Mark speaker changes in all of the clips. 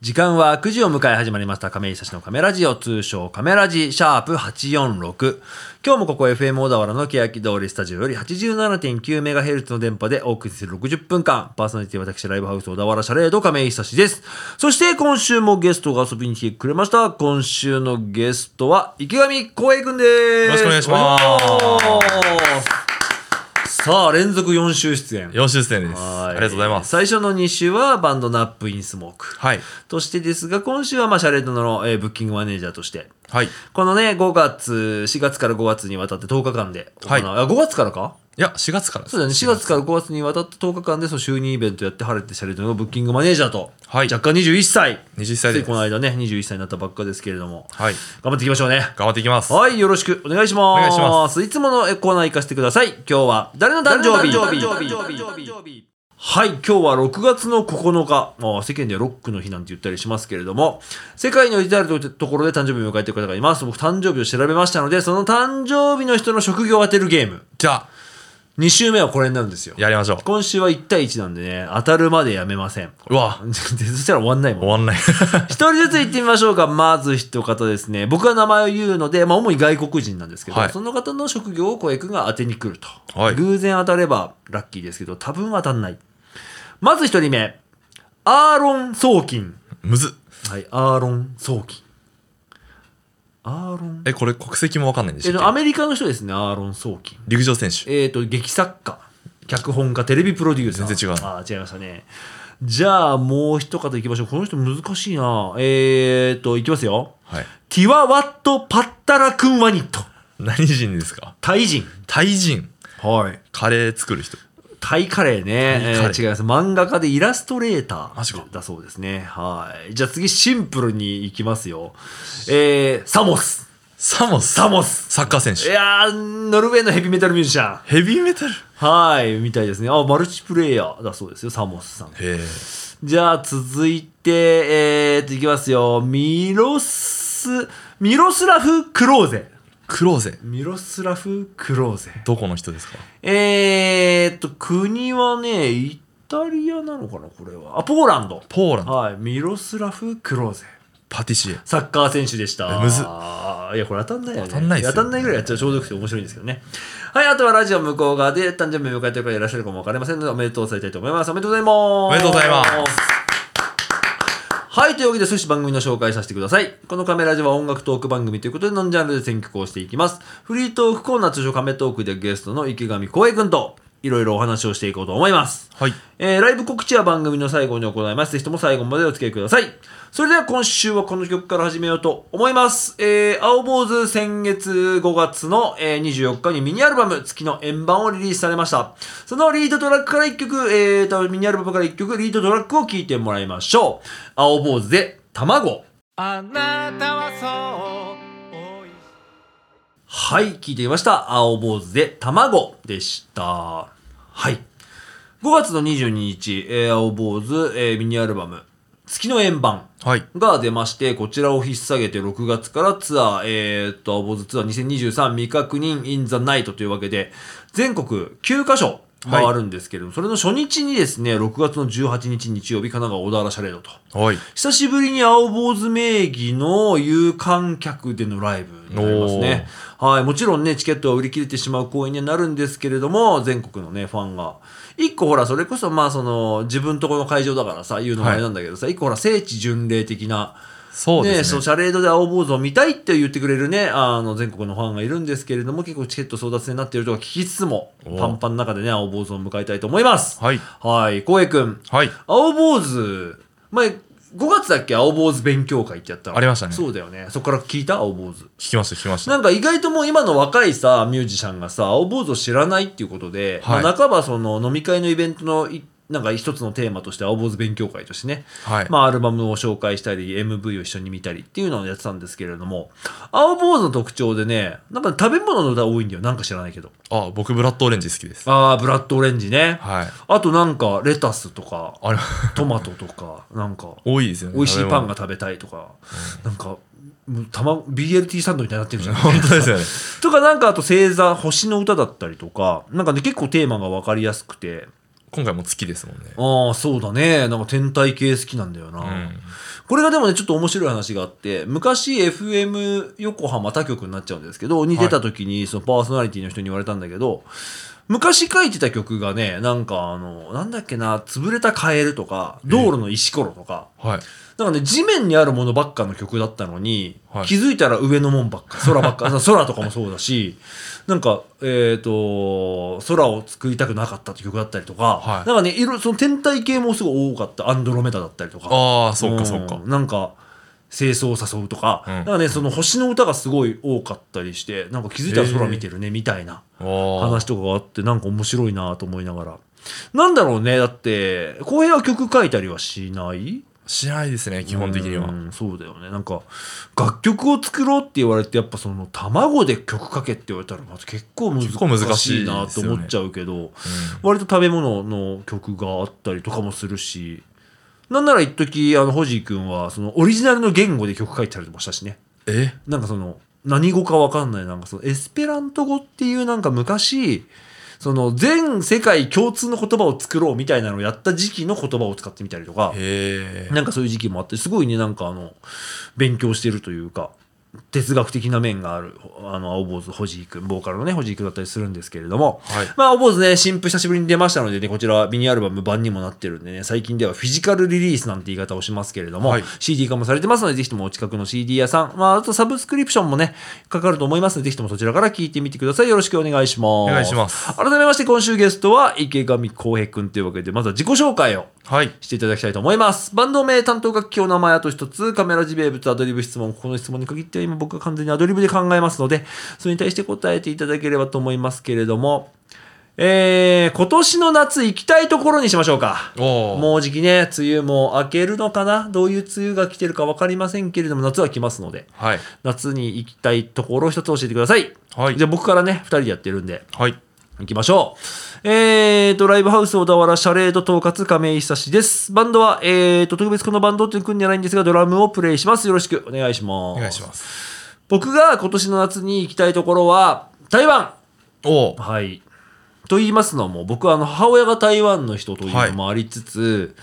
Speaker 1: 時間は9時を迎え始まりました亀井久志のカメラジオ通称カメラジシャープ846今日もここ FM 小田原の欅通りスタジオより 87.9MHz の電波でお送りする60分間パーソナリティは私ライブハウス小田原シャレード亀井久志ですそして今週もゲストが遊びに来てくれました今週のゲストは池上光栄くんです
Speaker 2: よろしくお願いします
Speaker 1: さあ連続4週出演
Speaker 2: 4週出演です
Speaker 1: は
Speaker 2: ありがとうございます
Speaker 1: 最初の2週はバンドナップインスモーク
Speaker 2: はい
Speaker 1: としてですが、今週はまあシャレードの、えーブッキングマネージャーとして、
Speaker 2: はいい
Speaker 1: このね、5月、4月から5月にわたって10日間で行う、
Speaker 2: はい
Speaker 1: あ5月からか
Speaker 2: や4月からです
Speaker 1: そうだね、4月から5月にわたって10日間で、その就任イベントやって、晴れてシャレードのブッキングマネージャーと、
Speaker 2: はい
Speaker 1: 若干21歳。
Speaker 2: 20
Speaker 1: つ
Speaker 2: 歳で
Speaker 1: い
Speaker 2: す
Speaker 1: この間ね、21歳になったばっかですけれども、
Speaker 2: はい
Speaker 1: 頑張っていきましょうね。
Speaker 2: 頑張っていきます
Speaker 1: はい、よろしくお願いします。。
Speaker 2: お願いします
Speaker 1: いつものえコーナー行かせてください。今日は誰の誕生日はい、今日は6月の9日。まあ、世間ではロックの日なんて言ったりしますけれども、世界の至るところで誕生日を迎えている方がいます。僕、誕生日を調べましたので、その誕生日の人の職業を当てるゲーム。
Speaker 2: じゃあ
Speaker 1: 2週目はこれになるんですよ。
Speaker 2: やりましょう
Speaker 1: 今週は1対1なんでね、当たるまでやめませ ん。
Speaker 2: うわ
Speaker 1: そしたら終わんないもん
Speaker 2: 終。わんない
Speaker 1: 一人ずつ行ってみましょうか。まず一方ですね。僕が名前を言うので、まあ主に外国人なんですけど、
Speaker 2: はい
Speaker 1: その方の職業を小江君が当てに来ると。
Speaker 2: はい
Speaker 1: 偶然当たればラッキーですけど、多分当たんない。まず一人目。アーロン・ソーキン。
Speaker 2: むずっ
Speaker 1: はい、アーロン・ソーキン。アーロン。
Speaker 2: えこれ国籍もわかんないんで
Speaker 1: え
Speaker 2: し
Speaker 1: っ
Speaker 2: ょ
Speaker 1: と、アメリカの人ですね、アーロン・ソーキン。
Speaker 2: 陸上選手
Speaker 1: えっ、と、劇作家、脚本家、テレビプロデューサー。
Speaker 2: 全然違う
Speaker 1: ああ、違いましたね。じゃあ、もう一方行きましょう。この人難しいな。えっ、と、いきますよ。
Speaker 2: はい
Speaker 1: ティワワット・パッタラ・クンワニット。
Speaker 2: 何人ですか
Speaker 1: タイ人。
Speaker 2: タイ人
Speaker 1: はい。
Speaker 2: カレー作る人
Speaker 1: タイカレーね。
Speaker 2: タイカレー
Speaker 1: えー違います。漫画家でイラストレータ
Speaker 2: マジか
Speaker 1: ーだそうですね。はい。じゃあ次、シンプルに行きますよ。えー、サモス。
Speaker 2: サモス
Speaker 1: サモス。
Speaker 2: サッカー選
Speaker 1: い
Speaker 2: 手
Speaker 1: やー、ノルウェーのヘビーメタルミュージシャン。
Speaker 2: ヘビーメタル
Speaker 1: はい、みたいですね。あ、マルチプレイヤーだそうですよ、サモスさん。
Speaker 2: へえ
Speaker 1: じゃあ、続いて、えーっと、いきますよ。ミロス、ミロスラフ・クローゼ。
Speaker 2: クローゼ
Speaker 1: ミロスラフ・クローゼ。
Speaker 2: どこの人ですか
Speaker 1: えーっと、国はね、イタリアなのかな、これは。あ、ポーランド。
Speaker 2: ポーランド
Speaker 1: はい、ミロスラフ・クローゼ。
Speaker 2: パティシエ
Speaker 1: サッカー選手でした。
Speaker 2: えむずっ
Speaker 1: いや、これ当たんないよね。
Speaker 2: 当たんないっすよ
Speaker 1: 当たんないぐらいやっちゃうちょうどよくて面白いんですけどね。はい、あとはラジオ向こう側で誕生日を迎えてる方いらっしゃるかもわかりませんので、おめでとうされたいと思います。おめでとうございます。お
Speaker 2: めでとうございます。
Speaker 1: はい、というわけで少し番組の紹介させてください。このカメラジは音楽トーク番組ということで、ノンジャンルで選曲をしていきます。フリートークコーナー通称カメトークでゲストの池上光栄くんと、いろいろお話をしていこうと思います。
Speaker 2: はい
Speaker 1: えーライブ告知は番組の最後に行います。ぜひとも最後までお付き合いください。それでは今週はこの曲から始めようと思います。えー、青坊主先月5月の、えー24日にミニアルバム月の円盤をリリースされました。そのリードトラックから1曲、えーと、ミニアルバムから1曲、リードトラックを聴いてもらいましょう。青坊主で卵。
Speaker 3: あなたはそう
Speaker 1: はい、聞いてみました。青坊主で卵でした。はい。5月の22日、えー青坊主、えーミニアルバム、月の円盤
Speaker 2: はい
Speaker 1: が出まして、こちらを引っ提げて6月からツアー、えーっと、青坊主ツアー2023未確認 in the night というわけで、全国9カ所回るんですけれども、それの初日にですね、6月の18日日曜日、神奈川小田原シャレードと。
Speaker 2: はい
Speaker 1: 久しぶりに青坊主名義の有観客でのライブになりますね。はい、もちろんね、チケットは売り切れてしまう公演にはなるんですけれども、全国のね、ファンが。一個ほら、それこそ、まあ、その、自分とこの会場だからさ、言うのもあれなんだけどさ、一個ほら、聖地巡礼的な、
Speaker 2: そう
Speaker 1: ね、
Speaker 2: です
Speaker 1: そ
Speaker 2: ね
Speaker 1: う、シャレードで青坊主を見たいって言ってくれるね、あの、全国のファンがいるんですけれども、結構チケット争奪戦になっているとか聞きつつも、
Speaker 2: お
Speaker 1: パンパンの中でね、青坊主を迎えたいと思います。
Speaker 2: はい
Speaker 1: はい、光栄くん。
Speaker 2: はい
Speaker 1: 青坊主前5月だっけ青坊主勉強会ってやったの
Speaker 2: ありましたね
Speaker 1: そうだよねそこから聞いた青坊主
Speaker 2: 聞きました聞きました
Speaker 1: なんか意外ともう今の若いさミュージシャンがさ青坊主を知らないっていうことで、
Speaker 2: はい
Speaker 1: まあ、半ばその飲み会のイベントのいなんか一つのテーマとして青坊主勉強会としてね、
Speaker 2: はい
Speaker 1: まあ、アルバムを紹介したり MV を一緒に見たりっていうのをやってたんですけれども青坊主の特徴でねなんか食べ物の歌多いんだよなんか知らないけど
Speaker 2: あ僕ブラッドオレンジ好きです
Speaker 1: ああブラッドオレンジね、
Speaker 2: はい
Speaker 1: あとなんかレタスとか
Speaker 2: あれ
Speaker 1: トマトとかなんか
Speaker 2: 多いですよね
Speaker 1: 美味しいパン
Speaker 2: が
Speaker 1: が食べたいとか、なんかもうたま BLT サンドみたいになってるじゃん
Speaker 2: 本当 ですよね
Speaker 1: とかなんかあと星座星の歌だったりとかなんかね結構テーマが分かりやすくて
Speaker 2: 今回も月ですもんね。
Speaker 1: ああ、そうだね。なんか天体系好きなんだよな。
Speaker 2: うん。
Speaker 1: これがでもね、ちょっと面白い話があって、昔 FM 横浜他局になっちゃうんですけど、に出た時に、そのパーソナリティの人に言われたんだけど、昔書いてた曲がね、なんかあの、なんだっけな、潰れたカエルとか、道路の石ころとか、
Speaker 2: はい。
Speaker 1: なんかね、地面にあるものばっかの曲だったのに、
Speaker 2: はい
Speaker 1: 気づいたら上のもんばっか、空ば っか、あ空とかもそうだし、なんか、えっ、と、空を作りたくなかったって曲だったりとか、
Speaker 2: はい
Speaker 1: なんかね、いろ、その天体系もすごい多かった、アンドロメダだったりとか。
Speaker 2: ああ、そうかそう
Speaker 1: う
Speaker 2: か
Speaker 1: ん。なんか清掃を誘うとか、
Speaker 2: うん
Speaker 1: なんかねその星の歌がすごい多かったりしてなんか気づいたら空見てるねみたいな
Speaker 2: あ
Speaker 1: 話とかがあってなんか面白いなと思いながらなんだろうねだって浩平は曲書いたりはしない
Speaker 2: あ。しないですね、基本的に
Speaker 1: う
Speaker 2: は。
Speaker 1: んそうだよねなんか楽曲を作ろうって言われてやっぱその卵で曲書けって言われたらまず結構難
Speaker 2: 結構難しいですよ
Speaker 1: しい
Speaker 2: ね
Speaker 1: なと思っちゃうけど、割と食べ物の曲があったりとかもするしなんなら一時あのホジー君はそのオリジナルの言語で曲書いてたりもしたしね
Speaker 2: え
Speaker 1: なんかその何語かわかんないなんかそのエスペラント語っていうなんか昔その全世界共通の言葉を作ろうみたいなのをやった時期の言葉を使ってみたりとか
Speaker 2: へえ。
Speaker 1: なんかそういう時期もあってすごいねなんかあの勉強してるというか哲学的な面があるあの青坊主ホジー君ボーカルのねホジー君だったりするんですけれども、
Speaker 2: はい
Speaker 1: まあ青坊主ね新譜久しぶりに出ましたのでねこちらミニアルバム版にもなってるんでね最近ではフィジカルリリースなんて言い方をしますけれども、
Speaker 2: はい
Speaker 1: CD 化もされてますのでぜひともお近くの CD 屋さん、まあ、あとサブスクリプションもねかかると思いますのでぜひともそちらから聞いてみてくださいよろしくお願いしますお
Speaker 2: 願いします
Speaker 1: 改めまして今週ゲストは池上浩平君というわけでまずは自己紹介を
Speaker 2: はい。
Speaker 1: していただきたいと思います。バンド名、担当楽器、お名前、あと一つ、カメラジ名物、アドリブ質問、ここの質問に限っては今僕が完全にアドリブで考えますので、それに対して答えていただければと思いますけれども、えー、今年の夏行きたいところにしましょうか。
Speaker 2: おお。
Speaker 1: もうじきね、梅雨も明けるのかなどういう梅雨が来てるか分かりませんけれども、夏は来ますので、
Speaker 2: はい。
Speaker 1: 夏に行きたいところを一つ教えてください。
Speaker 2: はい
Speaker 1: じゃあ僕からね、二人でやってるんで、
Speaker 2: はい。
Speaker 1: 行きましょう。えーと、ライブハウス小田原シャレード統括亀井久志です。バンドは、えーと、特別このバンドっていう組んじゃないんですが、ドラムをプレイします。よろしくお願いしま
Speaker 2: お
Speaker 1: す。
Speaker 2: 願いします。
Speaker 1: 僕が今年の夏に行きたいところは、台湾
Speaker 2: おお。
Speaker 1: はい。と言いますのも、僕はあの母親が台湾の人というのもありつつ、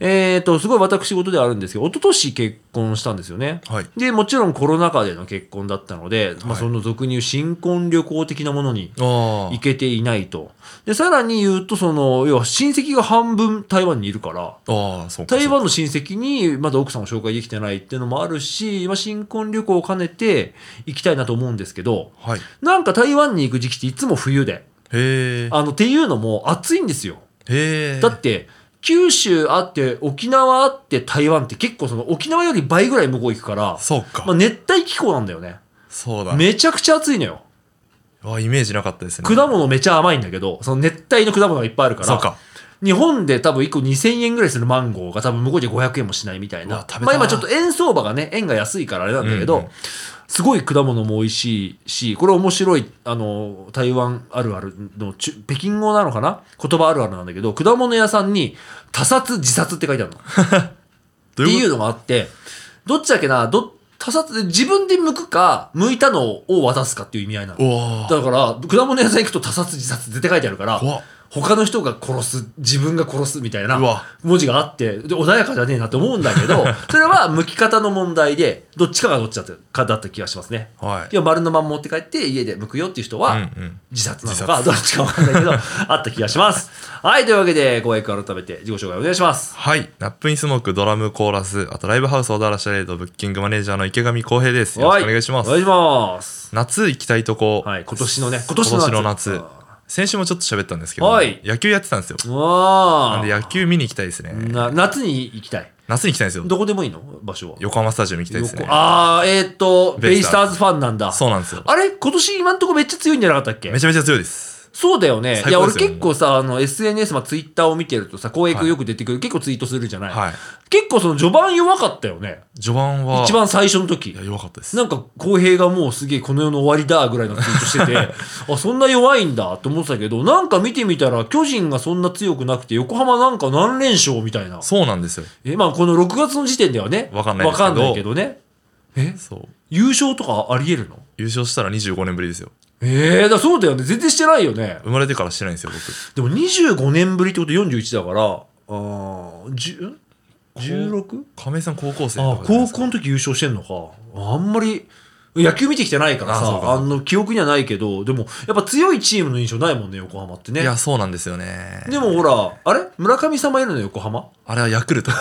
Speaker 1: えーと、すごい私事ではあるんですけど、一昨年結婚したんですよね。
Speaker 2: はい
Speaker 1: で、もちろんコロナ禍での結婚だったので、まあ、
Speaker 2: はい
Speaker 1: その俗に言う新婚旅行的なものに
Speaker 2: あ
Speaker 1: 行けていないと。で、さらに言うと、その、要は親戚が半分台湾にいるから、
Speaker 2: あ。ああ、そうか。
Speaker 1: 台湾の親戚にまだ奥さんを紹介できてないっていうのもあるし、今新婚旅行を兼ねて行きたいなと思うんですけど、
Speaker 2: はい。
Speaker 1: なんか台湾に行く時期っていつも冬で。
Speaker 2: へえ。
Speaker 1: あの、っていうのも暑いんですよ。
Speaker 2: へえ。
Speaker 1: だって、九州あって、沖縄あって、台湾って結構その沖縄より倍ぐらい向こう行くから、
Speaker 2: そうか。
Speaker 1: まあ、熱帯気候なんだよね。
Speaker 2: そうだ。
Speaker 1: めちゃくちゃ暑いのよ。
Speaker 2: あイメージなかったですね。
Speaker 1: 果物めちゃ甘いんだけど、その熱帯の果物がいっぱいあるから、
Speaker 2: そうか。
Speaker 1: 日本で多分1個2000円ぐらいするマンゴーが多分向こうで500円もしないみたいうな
Speaker 2: わ食べたな
Speaker 1: まあ今ちょっと円相場がね円が安いからあれなんだけど、
Speaker 2: うんうん
Speaker 1: すごい果物も美味しいしこれ面白いあの台湾あるあるの中北京語なのかな言葉あるあるなんだけど果物屋さんに他殺自殺って書いてあるの
Speaker 2: ど
Speaker 1: っていう
Speaker 2: こ
Speaker 1: のがあって、どっちだっけな、ど、他殺、自分で剥くか、剥いたのを渡すかっていう意味合いな
Speaker 2: と
Speaker 1: の。
Speaker 2: おお。
Speaker 1: だから、果物屋さん行くと他殺自殺絶対書いてあるから
Speaker 2: 怖っ、
Speaker 1: 他の人が殺す、自分が殺すみたいな
Speaker 2: うわ
Speaker 1: 文字があって、で穏やかじゃねえなって思うんだけ ど、それは剥き方の問題で、どっちかがどっちだったかだった気がしますね。
Speaker 2: はい。
Speaker 1: 要は丸のまんま持って帰って家で剥くよっていう人は、
Speaker 2: うんうん。
Speaker 1: 自殺なのか、どっちかわかん ないけど、あった気がします。はい、というわけで、ご愛顧改めて自己紹介お願いします。
Speaker 2: はい。ナップインスモーク、ドラム、コーラス、あとライブハウス、小田原シャレード、ブッキングマネージャーの池上浩平です。よろしくお願いしま
Speaker 1: お願い
Speaker 2: す。
Speaker 1: します。
Speaker 2: 夏行きたいとこ。
Speaker 1: はい、今年のね、今
Speaker 2: 今
Speaker 1: 年の
Speaker 2: 年
Speaker 1: 夏。
Speaker 2: の夏。先週もちょっと喋ったんですけど、
Speaker 1: はい
Speaker 2: 野球やってたんですよ。
Speaker 1: あ
Speaker 2: なんで野球見に行きたいですね。
Speaker 1: な夏に行きたい。
Speaker 2: 夏に行きたいんですよ。
Speaker 1: どこでもいいの場所は。
Speaker 2: 横浜スタジアム行きたいですね
Speaker 1: 横。ああ、えーっと、ベ
Speaker 2: ベ
Speaker 1: イ
Speaker 2: イ
Speaker 1: ス
Speaker 2: ス
Speaker 1: タ
Speaker 2: タ
Speaker 1: ーズファンなんだ。
Speaker 2: そうなんですよ。
Speaker 1: あれ今年今んとこめっちゃ強いんじゃなかったっけ
Speaker 2: めちゃめちゃ強いです。
Speaker 1: そうだよね。い
Speaker 2: 最
Speaker 1: や、
Speaker 2: 高
Speaker 1: 俺
Speaker 2: ですよ
Speaker 1: 結構さ、あの、SNS、まあ、ツイッターを見てるとさ、公約よく出てくる、結構ツイートするじゃない、
Speaker 2: はい。
Speaker 1: 結構その序盤弱かったよね。
Speaker 2: 序盤は、
Speaker 1: 一番最初の時
Speaker 2: いや、。弱かったです。
Speaker 1: なんか、公平がもうすげえこの世の終わりだぐらいのツイートして て、あ、そんな弱いんだって思ってたけど、なんか見てみたら、巨人がそんな強くなくて、横浜なんか何連勝みたいな。
Speaker 2: そうなんですよ。
Speaker 1: え、まあ、この6月の時点ではね、
Speaker 2: わかんないですけど
Speaker 1: けどね。え、
Speaker 2: そう。
Speaker 1: 優勝とかあり得るの
Speaker 2: 優勝したら25年ぶりですよ。
Speaker 1: えええだからそうだよね全然してないよね
Speaker 2: 生まれてからしてないんですよ
Speaker 1: でも
Speaker 2: 僕
Speaker 1: 25年ぶりってこと41だからあー 16?
Speaker 2: 亀井さん高校生
Speaker 1: あ
Speaker 2: とかじゃな
Speaker 1: 高
Speaker 2: いですか
Speaker 1: 校の時優勝してんのかあんまり野球見てきてないから
Speaker 2: あそ
Speaker 1: さ
Speaker 2: うか
Speaker 1: あの記憶にはないけどでもやっぱ強いチームの印象ないもんね横浜ってね
Speaker 2: いやそうなんですよね
Speaker 1: でもほらあれ村上様いるの横浜
Speaker 2: あれはヤクルト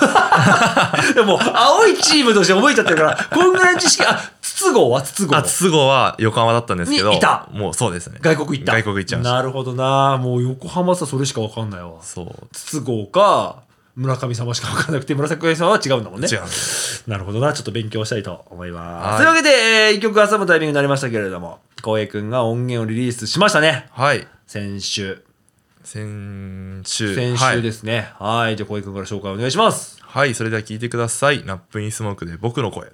Speaker 1: でも青いチームとして覚えちゃってるからこんぐらいの知識あ筒香は筒香
Speaker 2: あ筒香は横浜だったんですけど
Speaker 1: にいた
Speaker 2: もうそうですね
Speaker 1: 外国行った
Speaker 2: 外国行っちゃいました
Speaker 1: なるほどなもう横浜さそれしか分かんないわ
Speaker 2: そう
Speaker 1: 筒香か村上様しか分かんなくて村上様は違うんだもんね
Speaker 2: 違うんです
Speaker 1: なるほどな。ちょっと勉強したいと思いま
Speaker 2: は
Speaker 1: す。
Speaker 2: い
Speaker 1: というわけで、えー一曲挟むタイミングになりましたけれども、光栄くんが音源をリリースしましたね。
Speaker 2: はい
Speaker 1: 先週。
Speaker 2: 先週
Speaker 1: 先週ですすね。はい。じゃあ光栄くんから紹介お願いします。
Speaker 2: はい、はい、それでは聞いてくださいナップインスモークで僕の声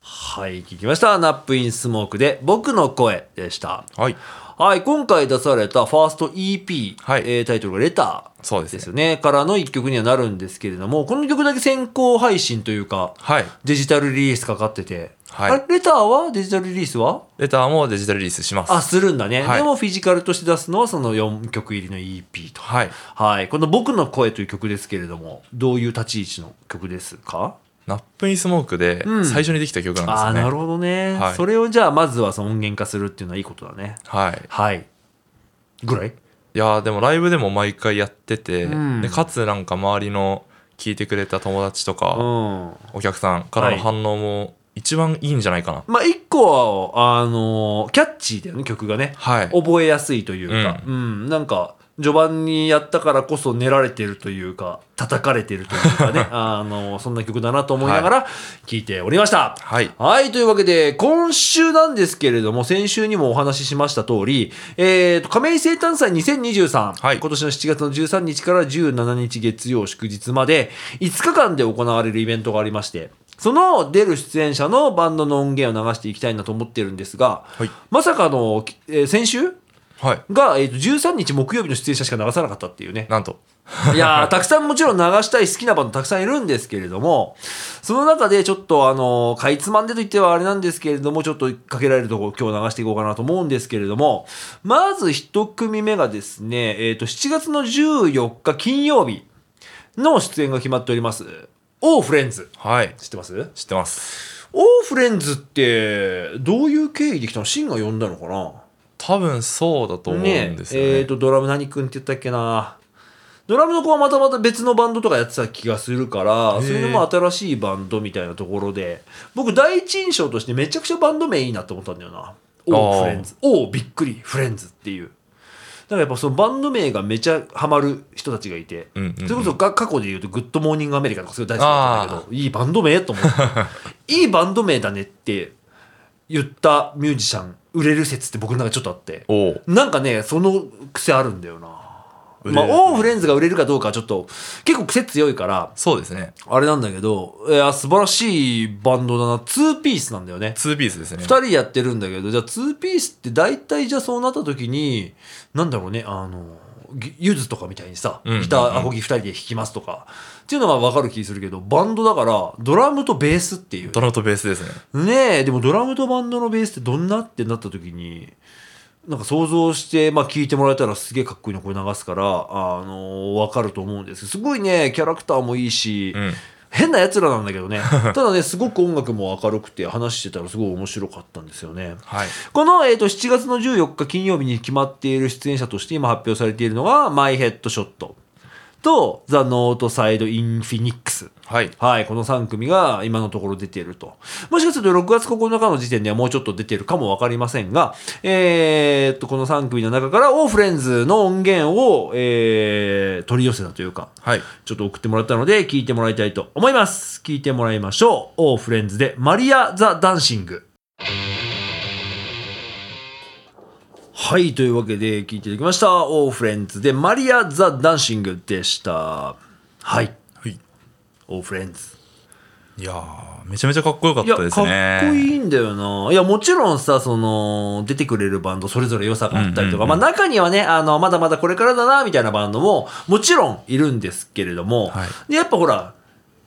Speaker 1: はい。聞きました。ナップインスモークで、僕の声でした。
Speaker 2: はい
Speaker 1: はい。今回出されたファースト EP、
Speaker 2: はい
Speaker 1: えータイトルがレター。
Speaker 2: そうですね
Speaker 1: ですよね。からの一曲にはなるんですけれども、この曲だけ先行配信というか、
Speaker 2: はい
Speaker 1: デジタルリリースかかってて。
Speaker 2: はい
Speaker 1: あれレターはデジタルリリースは
Speaker 2: レターもデジタルリリースします
Speaker 1: あ、するんだね。
Speaker 2: はい
Speaker 1: でもフィジカルとして出すのはその4曲入りの EP と。
Speaker 2: はい
Speaker 1: はい。この僕の声という曲ですけれども、どういう立ち位置の曲ですか
Speaker 2: ナップインスモークで
Speaker 1: うん
Speaker 2: 最初にできた曲なんです
Speaker 1: あ
Speaker 2: よ
Speaker 1: あ、
Speaker 2: ね、
Speaker 1: なるほどね。
Speaker 2: はい
Speaker 1: それをじゃあまずはその音源化するっていうのはいいことだね。
Speaker 2: はい
Speaker 1: はい。ぐらい
Speaker 2: いやーでもライブでも毎回やってて、
Speaker 1: うん
Speaker 2: でかつなんか周りの聞いてくれた友達と
Speaker 1: う
Speaker 2: か、
Speaker 1: ん。
Speaker 2: お客さんからの反応も一番いいんじゃないかな
Speaker 1: まあ一個は、あのーキャッチーだよね、曲がね。
Speaker 2: はい
Speaker 1: 覚えやすいというか、うん、なんか、序盤にやったからこそ練られてるというか、叩かれてるというか ね、あのーそんな曲だなと思いながら聞いておりました。
Speaker 2: はい
Speaker 1: はい、というわけで、今週なんですけれども、先週にもお話ししました通り、えーと、亀井生誕祭2023、
Speaker 2: はい
Speaker 1: 今年の7月の13日から17日月曜祝日まで、5日間で行われるイベントがありまして、その出る出演者のバンドの音源を流していきたいなと思ってるんですが、
Speaker 2: はい
Speaker 1: まさかの、えー先週
Speaker 2: はい
Speaker 1: が、えーと、13日木曜日の出演者しか流さなかったっていうね。
Speaker 2: なんと
Speaker 1: いやー、たくさんもちろん流したい好きなバンドたくさんいるんですけれども、その中でちょっとあのーかいつまんでと言ってはあれなんですけれども、ちょっとかけられるとこ今日流していこうかなと思うんですけれども、まず一組目がですね、えっ、と、7月の14日金曜日の出演が決まっております。オーフレンズ。
Speaker 2: はい
Speaker 1: 知ってます
Speaker 2: 知ってます
Speaker 1: オーフレンズって、どういう経緯で来たのシンが呼んだのかな
Speaker 2: 多分そうだと思うんですよね
Speaker 1: えっ、と、ドラム何君って言ったっけな。ドラムの子はまたまた別のバンドとかやってた気がするから、
Speaker 2: へー
Speaker 1: それでも新しいバンドみたいなところで、僕第一印象としてめちゃくちゃバンド名いいなって思ったんだよな。
Speaker 2: あ
Speaker 1: お
Speaker 2: ー
Speaker 1: フレンズ。おびっくりフレンズっていう。だからやっぱそのバンド名がめちゃハマる人たちがいて、
Speaker 2: うんうんうん
Speaker 1: それこそが過去で言うとグッドモーニングアメリカとかすごい大好きだったんだけど、いいバンド名 と思って。いいバンド名だねって言ったミュージシャン、売れる説って僕の中でちょっとあって。
Speaker 2: おう
Speaker 1: なんかね、その癖あるんだよな。
Speaker 2: 売れる
Speaker 1: まあ、オーフレンズが売れるかどうかはちょっと、結構癖強いから、
Speaker 2: そうですね
Speaker 1: あれなんだけど、いや、素晴らしいバンドだな。2ピースなんだよね。
Speaker 2: ツーピースです
Speaker 1: 2
Speaker 2: ね
Speaker 1: 人やってるんだけど、じゃあ2ピースって大体じゃあそうなった時に、なんだろうね、あの、ぎゆずとかみたいにさ、
Speaker 2: うんうんうん
Speaker 1: ギター、アコギ2人で弾きますとか、っていうのがわかる気するけど、バンドだから、ドラムとベースっていう。
Speaker 2: ドラムとベースですね
Speaker 1: ねえでもドラムとバンドのベースってどんなってなった時になんか想像して、まあ、聞いてもらえたらすげえかっこいいの声流すから、あの分かると思うんですけどすごいねキャラクターもいいし、
Speaker 2: うん
Speaker 1: 変なやつらなんだけど ねただねすごく音楽も明るくて話してたらすごい面白かったんですよね。
Speaker 2: はい
Speaker 1: この、えー、と7月の14日金曜日に決まっている出演者として今発表されているのが「マイヘッドショット」と「ザ・ノート・サイド・イン・フィニックス」
Speaker 2: はい
Speaker 1: はい、この3組が今のところ出ていると。もしかすると6月9日の時点ではもうちょっと出てるかもわかりませんが、えーっと、この3組の中から、オーフレンズの音源を、えー取り寄せたというか、
Speaker 2: はい
Speaker 1: ちょっと送ってもらったので、聞いてもらいたいと思います。聞いてもらいましょう。オーフレンズで、マリア・ザ・ダンシング。はい、というわけで、聞いていただきました。オーフレンズで、マリア・ザ・ダンシングでした。はい、
Speaker 2: はい
Speaker 1: オーフレンズ。
Speaker 2: いやーめちゃめちゃかっこよかっ
Speaker 1: いや
Speaker 2: たですね
Speaker 1: かっこいいんだよな。いや、もちろんさ、その、出てくれるバンド、それぞれ良さがあったりとか、
Speaker 2: うんうんうん
Speaker 1: まあ中にはね、あの、まだまだこれからだな、みたいなバンドも、もちろんいるんですけれども、
Speaker 2: はい
Speaker 1: でやっぱほら、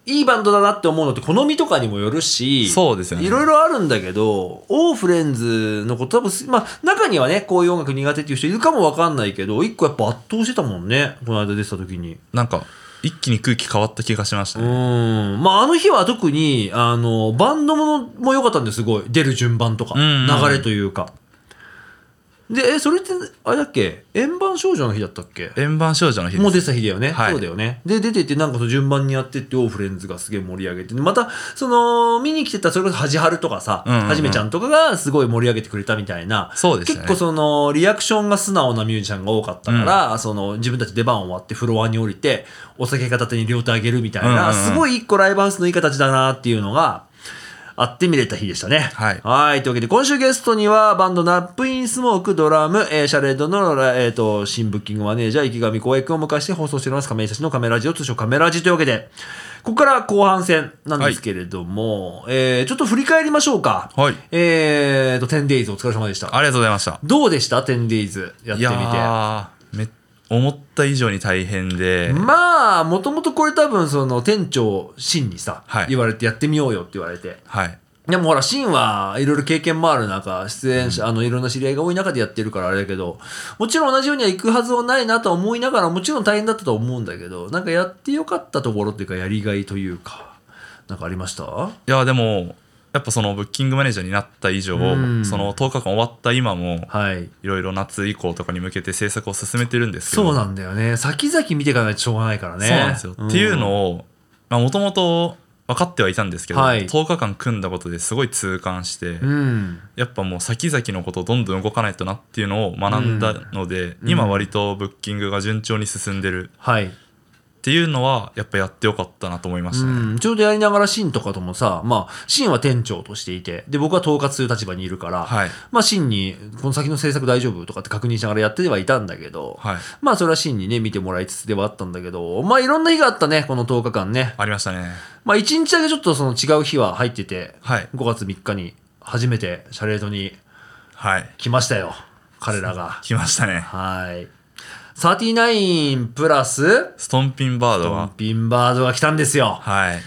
Speaker 1: いいバンドだなって思うのって好みとかにもよるし
Speaker 2: そうですよね
Speaker 1: いろいろあるんだけどオーフレンズのこと多分すまあ中にはねこういう音楽苦手っていう人いるかもわかんないけど一個やっぱ圧倒してたもんねこの間出てた時に
Speaker 2: なんか一気に空気変わった気がしました
Speaker 1: う
Speaker 2: ね
Speaker 1: んまああの日は特にあのバンドものも良かったんですごい出る順番とか、
Speaker 2: うんうん
Speaker 1: 流れというかでえそれってあれだっけ円盤少女の日だったっけ
Speaker 2: 円盤少女の日です
Speaker 1: もう出てた日だよね、
Speaker 2: はい
Speaker 1: そうだよねで出ててなんかその順番にやってってオーフレンズがすげえ盛り上げてまたその見に来てたそれこそはじはるとかさ、
Speaker 2: うんうんうん
Speaker 1: はじめちゃんとかがすごい盛り上げてくれたみたいな
Speaker 2: そうでしたね
Speaker 1: 結構そのリアクションが素直なミュージシャンが多かったから、その自分たち出番終わってフロアに降りてお酒片手に両手あげるみたいな、
Speaker 2: うんうんうん
Speaker 1: すごい一個ライブハウスのいい形だなっていうのがあって見れた日でしたね。
Speaker 2: はい
Speaker 1: はい。というわけで、今週ゲストには、バンドナップインスモーク、ドラム、えーシャレードの、えー、と、新ブッキングマネージャー、池上光栄君を迎えして放送しております、亀井久志のカメラジオ、通称カメラジというわけで、ここから後半戦なんですけれども、えーちょっと振り返りましょうか。
Speaker 2: はい
Speaker 1: えーと、10days お疲れ様でした。
Speaker 2: ありがとうございました
Speaker 1: どうでした ?10days やってみて。
Speaker 2: てみて思った以上に大変で、
Speaker 1: まあ、もともとこれ多分、その、店長、シンにさ、
Speaker 2: はい
Speaker 1: 言われてやってみようよって言われて、
Speaker 2: はい
Speaker 1: でもほら、シンはいろいろ経験もある中、出演者、あの、いろんな知り合いが多い中でやってるからあれだけど、もちろん同じようには行くはずはないなとは思いながら、もちろん大変だったとは思うんだけど、なんかやってよかったところっていうか、やりがいというか、なんかありました
Speaker 2: いやでもやっぱそのブッキングマネージャーになった以上、
Speaker 1: うん
Speaker 2: その10日間終わった今も
Speaker 1: はい。
Speaker 2: いろいろ夏以降とかに向けて制作を進めてるんですけど
Speaker 1: そうなんだよね。先々見ていかないとしょうがないからね。
Speaker 2: そうなんですよ、っていうのをもともと分かってはいたんですけど、
Speaker 1: はい
Speaker 2: 10日間組んだことですごい痛感して、
Speaker 1: うん。
Speaker 2: やっぱもう先々のことをどんどん動かないとなっていうのを学んだので、今割とブッキングが順調に進んでる
Speaker 1: はい。
Speaker 2: っていうのはやっぱやってよかったなと思いましたね、
Speaker 1: うん、ちょうどやりながらシンとかともさ、まあ、シンは店長としていて、で、僕は統括という立場にいるから、
Speaker 2: はい
Speaker 1: まあ、シンに、この先の制作大丈夫とかって確認しながらやってはいたんだけど、
Speaker 2: はい
Speaker 1: まあ、それはシンにね、見てもらいつつではあったんだけど、まあ、いろんな日があったね、この10日間ね。
Speaker 2: ありましたね
Speaker 1: まあ、1日だけちょっとその違う日は入ってて、
Speaker 2: はい
Speaker 1: 5月3日に初めてシャレードに
Speaker 2: はい
Speaker 1: 来ましたよ、彼らが。
Speaker 2: 来ました ね
Speaker 1: はい。39プラス、
Speaker 2: ストンピンバードは
Speaker 1: ピンバードが来たんですよ。
Speaker 2: はい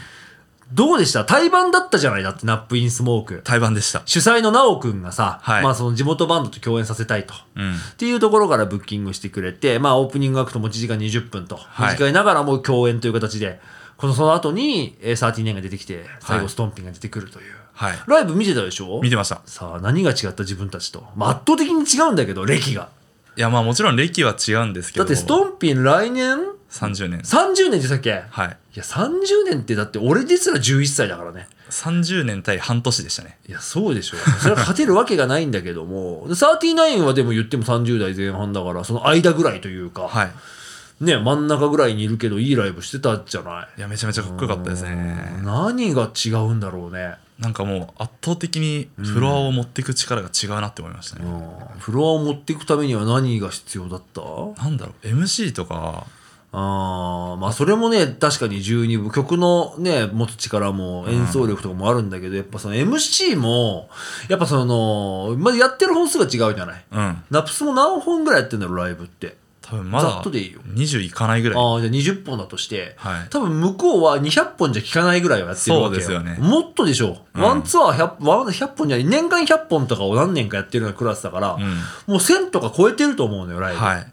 Speaker 1: どうでした対バンだったじゃないだって、ナップインスモーク。
Speaker 2: 対バンでした
Speaker 1: 主催のなおくんがさ、
Speaker 2: はい
Speaker 1: まあその地元バンドと共演させたいと。
Speaker 2: うん
Speaker 1: っていうところからブッキングしてくれて、まあオープニングアクト持ち時間20分と、
Speaker 2: はい
Speaker 1: 短いながらも共演という形で、このその後にえー39が出てきて、最
Speaker 2: は
Speaker 1: 後
Speaker 2: い
Speaker 1: ストンピンが出てくるという。
Speaker 2: はい
Speaker 1: ライブ見てたでしょ
Speaker 2: 見てました
Speaker 1: さあ何が違った自分たちと。まあ圧倒的に違うんだけど、歴が。
Speaker 2: いやまあもちろん歴は違うんですけ
Speaker 1: だっ
Speaker 2: ど
Speaker 1: てストンピン来年
Speaker 2: 30
Speaker 1: ?30 年
Speaker 2: 年
Speaker 1: って言ってたっけい
Speaker 2: はい
Speaker 1: や30年ってだって俺ですら11歳だからね。
Speaker 2: 30年対半年でしたね
Speaker 1: いや、そうでしょう。それは勝てるわけがないんだけども、で39はでも言っても30代前半だから、その間ぐらいというか、
Speaker 2: はい
Speaker 1: ね、真ん中ぐらいにいるけど、いいライブしてたじゃない
Speaker 2: やめちゃめちゃかっこよかったです
Speaker 1: い。
Speaker 2: ね
Speaker 1: 何が違うんだろうね。
Speaker 2: なんかもう圧倒的にフロアを持っていく力が違うなって思いましたね、
Speaker 1: うんフロアを持っていくためには何が必要だった
Speaker 2: なんだろう MC とか
Speaker 1: あーまあそれもね確かに12部曲のね持つ力も演奏力とかもあるんだけど、やっぱその MC もやっぱそのまずやってる本数が違うじゃない
Speaker 2: うん
Speaker 1: ナプスも何本ぐらいやってんだろうライブって
Speaker 2: 多分ま
Speaker 1: ざっ
Speaker 2: だ
Speaker 1: とでいいよ
Speaker 2: 20いかないぐらい
Speaker 1: ああ、じゃあ20本だとして、
Speaker 2: はい
Speaker 1: 多分向こうは200本じゃ効かないぐらいはやってるわけ
Speaker 2: そうですよね
Speaker 1: もっとでしょ。ワンツアー100、ワン100本じゃない、年間100本とかを何年かやってるようなクラスだから、
Speaker 2: うん
Speaker 1: もう1000とか超えてると思うのよ、ライブ。
Speaker 2: はい
Speaker 1: っ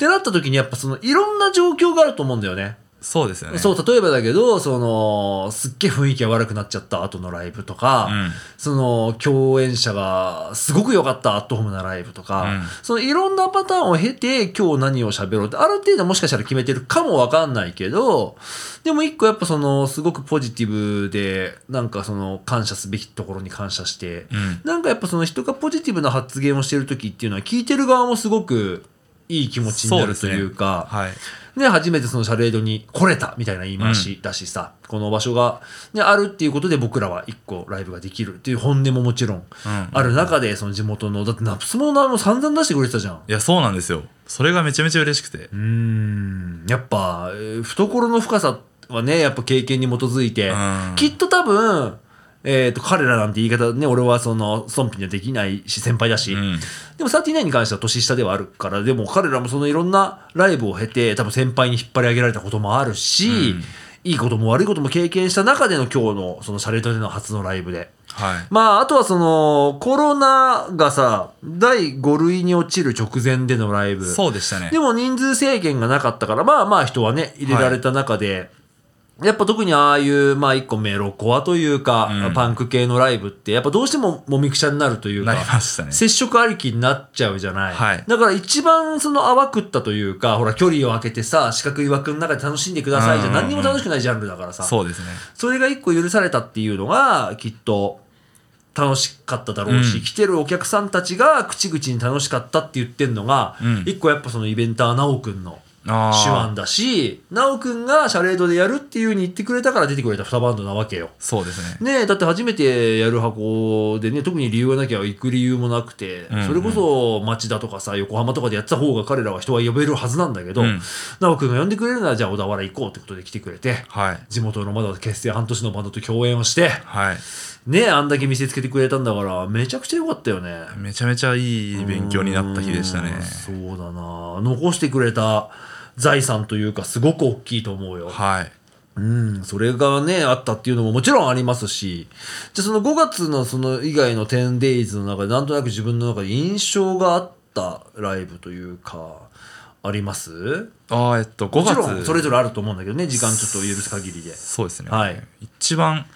Speaker 1: てなった時にやっぱその、いろんな状況があると思うんだよね。
Speaker 2: そうですよね
Speaker 1: そう、例えばだけど、その、すっげえ雰囲気が悪くなっちゃった後のライブとか、
Speaker 2: うん
Speaker 1: その、共演者がすごく良かったアットホームなライブとか、
Speaker 2: うん
Speaker 1: そのいろんなパターンを経て、今日何を喋ろうって、ある程度もしかしたら決めてるかもわかんないけど、でも一個やっぱその、すごくポジティブで、なんかその、感謝すべきところに感謝して、
Speaker 2: うん
Speaker 1: なんかやっぱその人がポジティブな発言をしてる時っていうのは、聞いてる側もすごくいい気持ちになるというか、
Speaker 2: はい
Speaker 1: ね、初めてそのシャレードに来れたみたいな言い回しだしさ、この場所が、ね、あるっていうことで僕らは一個ライブができるっていう本音ももちろんある中で、その地元の、だってナプスモの名前も散々出してくれてたじゃん。
Speaker 2: いやそうなんですよそれがめちゃめちゃ嬉しくて、
Speaker 1: うーん、やっぱ、えー懐の深さはね、やっぱ経験に基づいて、
Speaker 2: うん
Speaker 1: きっと多分、えっ、と、彼らなんて言い方ね、俺はその、損否にはできないし、先輩だし、
Speaker 2: うん
Speaker 1: でも39に関しては年下ではあるから、でも彼らもそのいろんなライブを経て、多分先輩に引っ張り上げられたこともあるし、いいことも悪いことも経験した中での今日のそのシャレとでの初のライブで。
Speaker 2: はい
Speaker 1: まあ、あとはその、コロナがさ、第5類に落ちる直前でのライブ。
Speaker 2: そうでしたね
Speaker 1: でも人数制限がなかったから、まあまあ人はね、入れられた中で、やっぱ特にああいう、まあ一個メロコアというか、
Speaker 2: うん
Speaker 1: パンク系のライブって、やっぱどうしてももみくちゃになるというか
Speaker 2: なり、ましたね
Speaker 1: 接触ありきになっちゃうじゃない。
Speaker 2: はい
Speaker 1: だから一番その淡くったというか、ほら距離を空けてさ、四角い枠の中で楽しんでくださいじゃ、
Speaker 2: うんうんうん
Speaker 1: 何にも楽しくないジャンルだからさ。
Speaker 2: そうですね
Speaker 1: それが一個許されたっていうのが、きっと、楽しかっただろうし、
Speaker 2: うん
Speaker 1: 来てるお客さんたちが口々に楽しかったって言ってんのが、
Speaker 2: うん
Speaker 1: 一個やっぱそのイベンターなおくんの
Speaker 2: あ
Speaker 1: 手
Speaker 2: あ
Speaker 1: 腕だし、なおくんがシャレードでやるっていう風に言ってくれたから出てくれた2バンドなわけよ。
Speaker 2: そうですね
Speaker 1: ねえ、だって初めてやる箱でね、特に理由がなきゃ行く理由もなくて、
Speaker 2: うんうん
Speaker 1: それこそ町田とかさ、横浜とかでやってた方が彼らは人は呼べるはずなんだけど、
Speaker 2: うん
Speaker 1: なおくんが呼んでくれるならじゃあ小田原行こうってことで来てくれて、
Speaker 2: はい
Speaker 1: 地元のまだ結成半年のバンドと共演をして、
Speaker 2: はい
Speaker 1: ね、あんだけ見せつけてくれたんだから、めちゃくちゃ良かったよね。
Speaker 2: めちゃめちゃいい勉強になった日でしたね
Speaker 1: うーんそうだな。残してくれた財産というか、すごく大きいと思うよ。
Speaker 2: はい
Speaker 1: うん、それがね、あったっていうのももちろんありますし、じゃあその5月のその以外の 10days の中で、なんとなく自分の中で印象があったライブというか、あります
Speaker 2: ああえっと5
Speaker 1: もち
Speaker 2: 月
Speaker 1: ろんそれぞれあると思うんだけどね、時間ちょっと許す限りで。
Speaker 2: そうですね、
Speaker 1: はい
Speaker 2: 一番、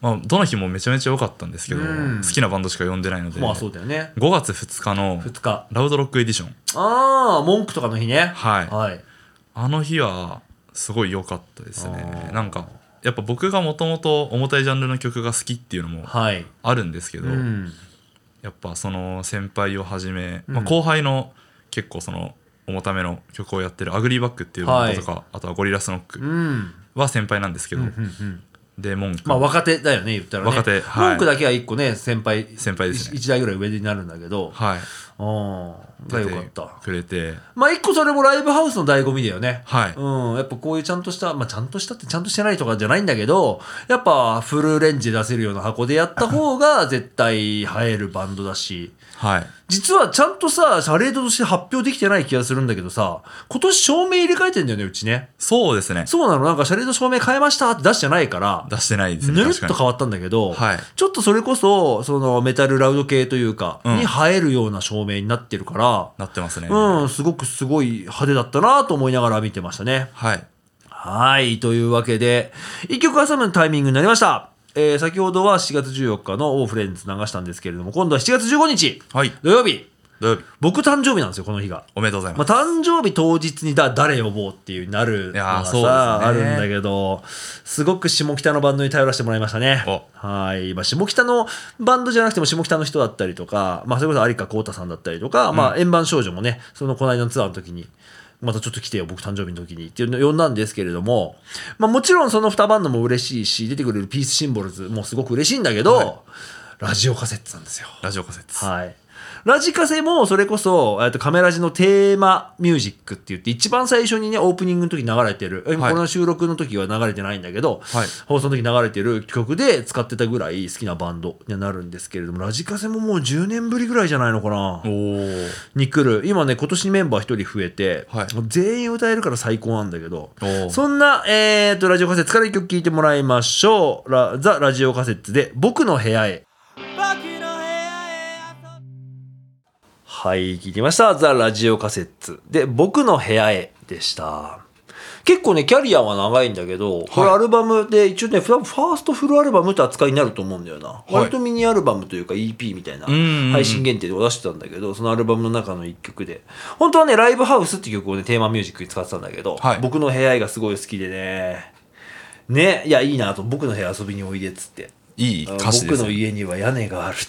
Speaker 2: まあ、どの日もめちゃめちゃ良かったんですけど、
Speaker 1: うん
Speaker 2: 好きなバンドしか呼んでないので、
Speaker 1: まあそうだよね。
Speaker 2: 5月2日の
Speaker 1: 2日。
Speaker 2: ラウドロックエディション
Speaker 1: ああ、文句とかの日ね。
Speaker 2: はい
Speaker 1: はい。
Speaker 2: あの日はすごい良かったです
Speaker 1: あ
Speaker 2: ね
Speaker 1: ー
Speaker 2: なんかやっぱ僕がもともと重たいジャンルの曲が好きっていうのも
Speaker 1: はい。
Speaker 2: あるんですけど、
Speaker 1: うん。
Speaker 2: やっぱその先輩をはじめ、
Speaker 1: うん
Speaker 2: まあ、後輩の結構その重ための曲をやってるアグリーバックっていうバンドとか、あとはゴリラスノッ
Speaker 1: うん。う
Speaker 2: ク
Speaker 1: ん
Speaker 2: は先輩なんですけ
Speaker 1: うん
Speaker 2: ど、
Speaker 1: うん。
Speaker 2: で文句、
Speaker 1: まあ若手だよね、言ったらね。
Speaker 2: 若手はい
Speaker 1: 文句だけは一個ね、先輩。
Speaker 2: 先輩ですね
Speaker 1: 1台ぐらい上になるんだけど。
Speaker 2: はい
Speaker 1: うん。が
Speaker 2: 出
Speaker 1: 良
Speaker 2: て
Speaker 1: かった。
Speaker 2: くれて
Speaker 1: まあ一個それもライブハウスの醍醐味だよね。
Speaker 2: はい、
Speaker 1: うん、やっぱこういうちゃんとした、まあ、ちゃんとしたってちゃんとしてないとかじゃないんだけど、やっぱフルレンジで出せるような箱でやった方が絶対映えるバンドだし、
Speaker 2: はい
Speaker 1: 実はちゃんとさ、シャレードとして発表できてない気がするんだけどさ、今年照明入れ替えてんだよね、うちね。
Speaker 2: そうですね
Speaker 1: そうなの、なんかシャレード照明変えましたって出してないから、
Speaker 2: 出してないです
Speaker 1: ぬ
Speaker 2: ね
Speaker 1: るっ
Speaker 2: 確か
Speaker 1: と
Speaker 2: に
Speaker 1: 変わったんだけど、
Speaker 2: はい
Speaker 1: ちょっとそれこそ、そのメタルラウド系というか、
Speaker 2: うん
Speaker 1: に映えるような照明になってるから、
Speaker 2: なってますね、
Speaker 1: うん、すごくすごい派手だったなと思いながら見てましたね。
Speaker 2: はい
Speaker 1: はい。というわけで、一曲挟むタイミングになりました。えー先ほどは7月14日のオーフレンズ流したんですけれども、今度は7月15日、
Speaker 2: はい
Speaker 1: 土曜日。
Speaker 2: 土曜日
Speaker 1: 僕誕生日なんですよ、この日が。
Speaker 2: おめでとうござい
Speaker 1: ま
Speaker 2: ま
Speaker 1: あ、
Speaker 2: す、
Speaker 1: 誕生日当日にだ誰呼ぼうっていうになるのがさ、
Speaker 2: いやー
Speaker 1: あ
Speaker 2: そうですね
Speaker 1: るんだけど、すごく下北のバンドに頼らせてもらいましたね
Speaker 2: お。
Speaker 1: はい。まあ、下北のバンドじゃなくても下北の人だったりとか、まあ、それこそ有川浩太さんだったりとか、まあ、円盤少女もね、そのこの間のツアーの時に、またちょっと来てよ、僕誕生日の時にっていうのを呼んだんですけれども、まあ、もちろんその2バンドも嬉しいし、出てくれるピースシンボルズもすごく嬉しいんだけど、ラジオカセットなんですよ。
Speaker 2: ラジオ仮説
Speaker 1: はい。ラジカセもそれこそ、えっと、カメラジのテーマミュージックって言って、一番最初にね、オープニングの時に流れてる、今
Speaker 2: はい
Speaker 1: この収録の時は流れてないんだけど、
Speaker 2: はい
Speaker 1: 放送の時に流れてる曲で使ってたぐらい好きなバンドになるんですけれども、ラジカセももう10年ぶりぐらいじゃないのかな
Speaker 2: お。ー
Speaker 1: に来る。今ね、今年メンバー1人増えて、
Speaker 2: はい
Speaker 1: もう全員歌えるから最高なんだけど
Speaker 2: お、ー
Speaker 1: そんな、えっと、ラジオカセットから一曲聴いてもらいましょう。ラザ・ラジオカセットで、僕の部屋へ。
Speaker 3: 僕の部屋へ遊び
Speaker 1: はい、聞いてみました。ザ・ラジオカセッツ。で、僕の部屋へでした。結構ね、キャリアは長いんだけど、これアルバムで、一応ね、フラファーストフルアルバムって扱いになると思うんだよな。
Speaker 2: い
Speaker 1: 割とミニアルバムというか EP みたいな、
Speaker 2: うんうんうん
Speaker 1: 配信限定で出してたんだけど、そのアルバムの中の一曲で。本当はね、ライブハウスって曲をね、テーマミュージックに使ってたんだけど、
Speaker 2: はい
Speaker 1: 僕の部屋がすごい好きでね。ね、いや、いいなと、僕の部屋遊びにおいでっつって。
Speaker 2: いい歌詞で
Speaker 1: 僕
Speaker 2: す
Speaker 1: の
Speaker 2: ね
Speaker 1: 家には屋根があるっつ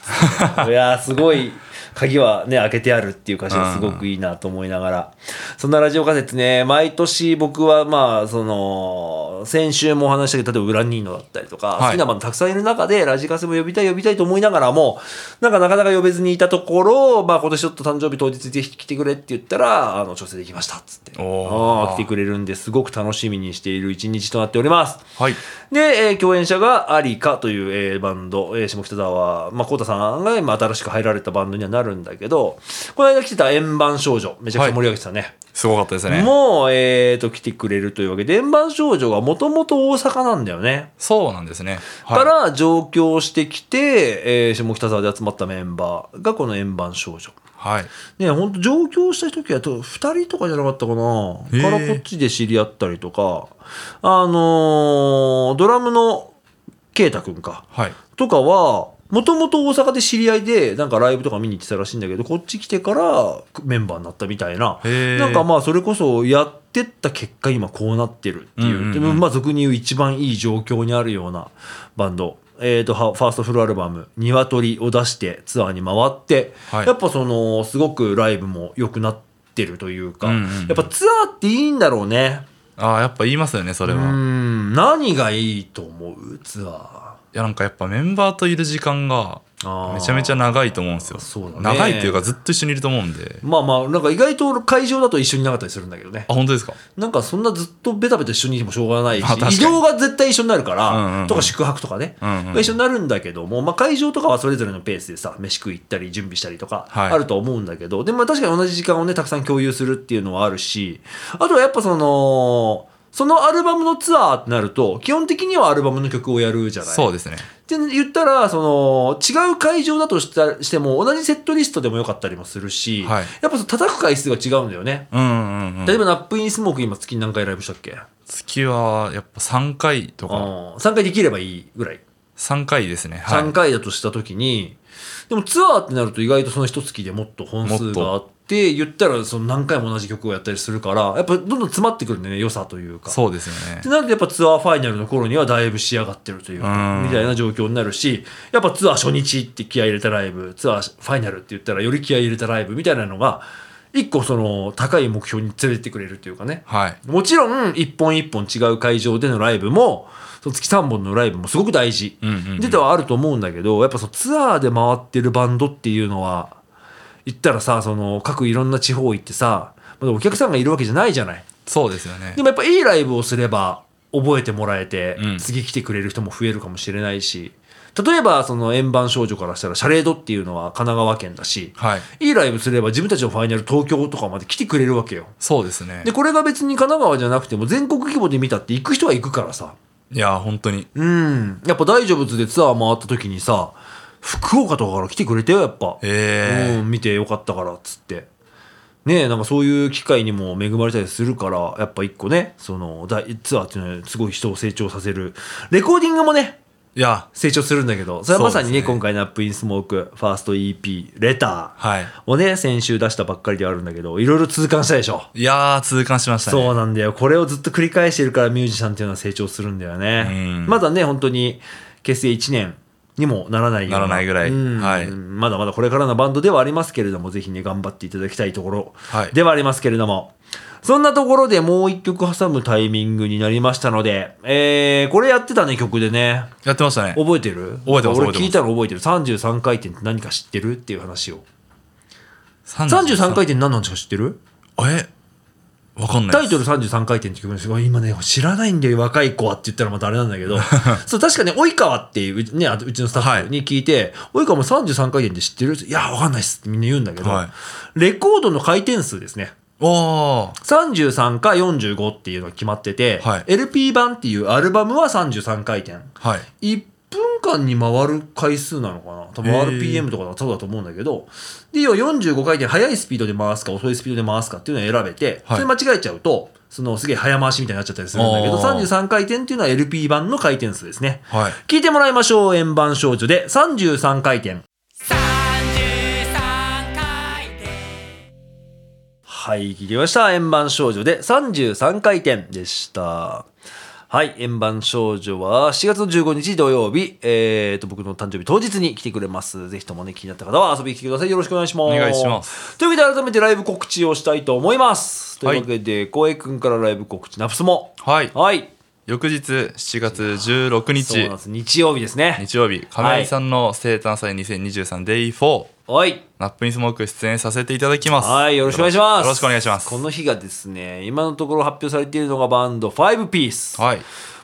Speaker 1: って いやーすごい鍵はね開けてあるっていう歌詞がすごくいいなと思いながらそんなラジオカセットね毎年僕はまあその先週もお話ししたけど例えばウラニーノだったりとか、
Speaker 2: はい
Speaker 1: 好きなバンドたくさんいる中でラジカセも呼びたい呼びたいと思いながらもなんかなかなか呼べずにいたところ、まあ、今年ちょっと誕生日当日ぜひ来てくれって言ったらあの調整できましたっつって
Speaker 2: おー
Speaker 1: あー来てくれるんですごく楽しみにしている一日となっております。
Speaker 2: はい
Speaker 1: で、えー共演者がアリカという、えーバンド、えー下北沢、まあ、コウタさんが今新しく入られたバンドにはなるんだけど、この間来てた円盤少女、めちゃくちゃ盛り上げてたね。
Speaker 2: すごかったですね。
Speaker 1: もう、えー、と、来てくれるというわけで、円盤少女はもともと大阪なんだよね。
Speaker 2: そうなんですね。はい
Speaker 1: から上京してきて、えー下北沢で集まったメンバーがこの円盤少女。
Speaker 2: はい。
Speaker 1: ね、本当上京した時はと2人とかじゃなかったかな
Speaker 2: へー
Speaker 1: からこっちで知り合ったりとかあのードラムの圭太君か
Speaker 2: はい。
Speaker 1: とかはもともと大阪で知り合いでなんかライブとか見に行ってたらしいんだけどこっち来てからメンバーになったみたいな
Speaker 2: へー
Speaker 1: なんかまあそれこそやってった結果今こうなってるっていう,、
Speaker 2: うんうんうん
Speaker 1: でもまあ俗に言う一番いい状況にあるようなバンド。えー、とはファーストフルアルバム「鶏」を出してツアーに回って、
Speaker 2: はい
Speaker 1: やっぱそのすごくライブも良くなってるというか、
Speaker 2: うんうんうん
Speaker 1: やっぱツアーっていいんだろうね
Speaker 2: ああ、やっぱ言いますよね、それ
Speaker 1: う
Speaker 2: は。い
Speaker 1: ん何がいいと思うツア
Speaker 2: や、なんかやっぱメンバーといる時間が
Speaker 1: あー
Speaker 2: めちゃめちゃ長いと思うんですよ。
Speaker 1: そうだね
Speaker 2: 長いっていうかずっと一緒にいると思うんで
Speaker 1: ー。まあまあなんか意外と会場だと一緒にいなかったりするんだけどね
Speaker 2: あ、本当ですか
Speaker 1: なんかそんなずっとベタベタ一緒にいてもしょうがないし、
Speaker 2: まあ確かに
Speaker 1: 移動が絶対一緒になるから、
Speaker 2: うんうん
Speaker 1: とか宿泊とかね、
Speaker 2: うんうん
Speaker 1: が一緒になるんだけども、まあ、会場とかはそれぞれのペースでさ飯食い行ったり準備したりとか
Speaker 2: はい
Speaker 1: あると思うんだけど、でも確かに同じ時間をねたくさん共有するっていうのはあるしあとはやっぱその。そのアルバムのツアーってなると、基本的にはアルバムの曲をやるじゃない
Speaker 2: そうです
Speaker 1: っ
Speaker 2: ね。
Speaker 1: て言ったら、その、違う会場だとしたしても、同じセットリストでもよかったりもするし、
Speaker 2: はい
Speaker 1: やっぱその叩く回数が違うんだよね。
Speaker 2: うんうんうん。
Speaker 1: 例えば、ナップインスモーク今月に何回ライブしたっけ
Speaker 2: 月はやっぱ3回とか、
Speaker 1: 3回できればいいぐらい。
Speaker 2: 3回ですね。はい。
Speaker 1: 3回だとしたときに、でもツアーってなると意外とその一月でもっと本数があって、言ったらその何回も同じ曲をやったりするから、やっぱどんどん詰まってくるんだよね、良さというか。
Speaker 2: そうですよね
Speaker 1: って。なるとやっぱツアーファイナルの頃にはだいぶ仕上がってるというか
Speaker 2: うん
Speaker 1: みたいな状況になるしやっぱツアー初日って気合い入れたライブツアーファイナルって言ったらより気合い入れたライブみたいなのが一個その高い目標に連れてってくれるというかね
Speaker 2: はい。
Speaker 1: もちろん一本一本違う会場でのライブもその月3本のライブもすごく大事
Speaker 2: うんうんうん
Speaker 1: 出てはあると思うんだけどやっぱそのツアーで回ってるバンドっていうのは言ったらさその各いろんな地方行ってさまだお客さんがいるわけじゃないじゃない。
Speaker 2: そうですよね
Speaker 1: で。もやっぱいいライブをすれば覚えてもらえて、
Speaker 2: うん
Speaker 1: 次来てくれる人も増えるかもしれないし例えばその円盤少女からしたらシャレードっていうのは神奈川県だし、
Speaker 2: はい。
Speaker 1: い、いライブすれば自分たちのファイナル東京とかまで来てくれるわけよ
Speaker 2: そうですね
Speaker 1: で。これが別に神奈川じゃなくても全国規模で見たって行く人は行くからさ
Speaker 2: いや、本当に。
Speaker 1: うんやっぱ大丈夫でツアー回った時にさ福岡とかから来てくれてよやっぱ
Speaker 2: ええ
Speaker 1: うん、見てよかったからっつってねえなんかそういう機会にも恵まれたりするからやっぱ一個ねその大ツアーっていうのはすごい人を成長させるレコーディングもね
Speaker 2: いや、
Speaker 1: 成長するんだけどそれはまさにね
Speaker 2: そうですね
Speaker 1: 今回の「アップインスモークファースト EP「レター
Speaker 2: はい。」
Speaker 1: をね先週出したばっかりではあるんだけどいろいろ痛感したでしょ
Speaker 2: いやー、痛感しましたね。
Speaker 1: そうなんだよこれをずっと繰り返してるからミュージシャンっていうのは成長するんだよね、
Speaker 2: うん
Speaker 1: まだね本当に結成1年にもならないような
Speaker 2: ならないぐらい
Speaker 1: うん
Speaker 2: はい
Speaker 1: まだまだこれからのバンドではありますけれどもぜひね頑張っていただきたいところ
Speaker 2: はい
Speaker 1: ではありますけれども、そんなところでもう一曲挟むタイミングになりましたので、えーこれやってたね曲でね
Speaker 2: やってましたね。
Speaker 1: 覚えてる
Speaker 2: 覚えてます
Speaker 1: 俺
Speaker 2: 覚えてます
Speaker 1: 聞いたら覚えてる33回転って何か知ってるっていう話を33
Speaker 2: 33
Speaker 1: 回転何なんですか知ってる
Speaker 2: えわかんない
Speaker 1: タ
Speaker 2: で
Speaker 1: イ
Speaker 2: す
Speaker 1: トル33回転って曲なんですけど、今ね、知らないんだよ、若い子はって言ったらまたあれなんだけ ど、そう、確かね、及川っていう、ね、あとうちのスタッフに聞いて、及川も33回転って知ってるいや、わかんないっすってみんな言うんだけど、
Speaker 2: はい
Speaker 1: レコードの回転数ですね。
Speaker 2: おー
Speaker 1: 33か45っていうのが決まってて、
Speaker 2: はい
Speaker 1: LP 版っていうアルバムは33回転。
Speaker 2: はい
Speaker 1: 1分間に回る回数なのかな多分
Speaker 2: へー
Speaker 1: RPM とかだそうだと思うんだけどで要は45回転速いスピードで回すか遅いスピードで回すかっていうのを選べて、
Speaker 2: はい
Speaker 1: それ間違えちゃうとそのすげえ早回しみたいになっちゃったりするんだけど
Speaker 2: あー
Speaker 1: 33回転っていうのは LP 版の回転数ですね、
Speaker 2: はい
Speaker 1: 聞いてもらいましょう円盤少女で33回転
Speaker 3: 33回転
Speaker 1: はい、聞きました。円盤少女で33回転でした。はい、円盤少女は7月の15日土曜日、えー、と、僕の誕生日当日に来てくれます。ぜひともね、気になった方は遊びに来てください。よろしくお願いします。
Speaker 2: お願いします。
Speaker 1: というわけで、改めてライブ告知をしたいと思います。というわけで、光栄くんからライブ告知、ナプスも。
Speaker 2: はい
Speaker 1: はい、
Speaker 2: 翌日7月16
Speaker 1: そうなんで
Speaker 2: 日
Speaker 1: す。日曜日ですね。
Speaker 2: 日曜日亀井さんの生誕祭 2023day4
Speaker 1: はい。
Speaker 2: ナップインスモーク出演させていただきます
Speaker 1: はい、よろしくお願いします。
Speaker 2: よろしくお願いします
Speaker 1: この日がですね、今のところ発表されているのがバンド5ピース。
Speaker 2: はい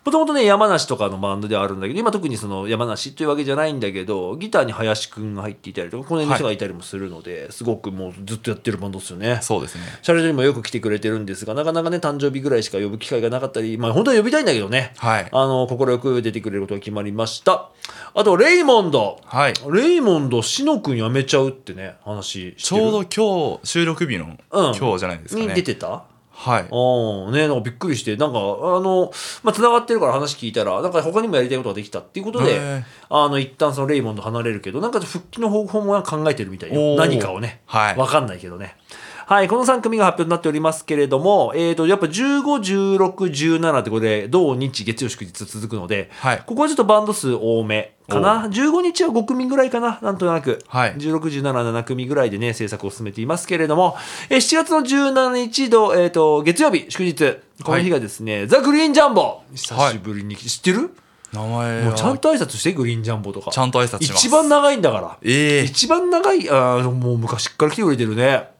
Speaker 1: もともとね、山梨とかのバンドではあるんだけど、今特にその山梨というわけじゃないんだけど、ギターに林くんが入っていたりとか、この辺の人がいたりもするので、すごくもうずっとやってるバンドですよね。
Speaker 2: そうですね
Speaker 1: シャレジにもよく来てくれてるんですが、なかなかね、誕生日ぐらいしか呼ぶ機会がなかったり、まあ本当は呼びたいんだけどね。
Speaker 2: はい
Speaker 1: あの、快く出てくれることが決まりました。あと、レイモンド。
Speaker 2: はい
Speaker 1: レイモンド、しのくん辞めちゃうってね、話してる
Speaker 2: ちょうど今日収録日の
Speaker 1: うん
Speaker 2: 今日じゃないですかね、
Speaker 1: に出てた
Speaker 2: はい
Speaker 1: ああ、ね、なんかびっくりして、なんか、あの、まあ、繋がってるから話聞いたら、なんか他にもやりたいことができたっていうこと
Speaker 2: へ
Speaker 1: で
Speaker 2: え、
Speaker 1: あの、一旦そのレイモンド離れるけど、なんか復帰の方法も考えてるみたいよ。
Speaker 2: おー
Speaker 1: 何かをね。
Speaker 2: はい
Speaker 1: わかんないけどね。はい、この3組が発表になっておりますけれども、えーと、やっぱ15、16、17ってこれ、同日、月曜、祝日続くので、
Speaker 2: はい
Speaker 1: ここはちょっとバンド数多めかな。15日は5組ぐらいかな、なんとなく。
Speaker 2: はい
Speaker 1: 16、17、7組ぐらいでね、制作を進めていますけれども、えー7月の17日の、えーと、月曜日、祝日、この日がですね、ザ・グリーンジャンボ久しぶりに、知ってる
Speaker 2: 名前は
Speaker 1: もうちゃんと挨拶して、グリーンジャンボとか。
Speaker 2: ちゃんと挨拶します
Speaker 1: 一番長いんだから。
Speaker 2: ええ
Speaker 1: 一番長い、あーもう昔から来てくれてるね。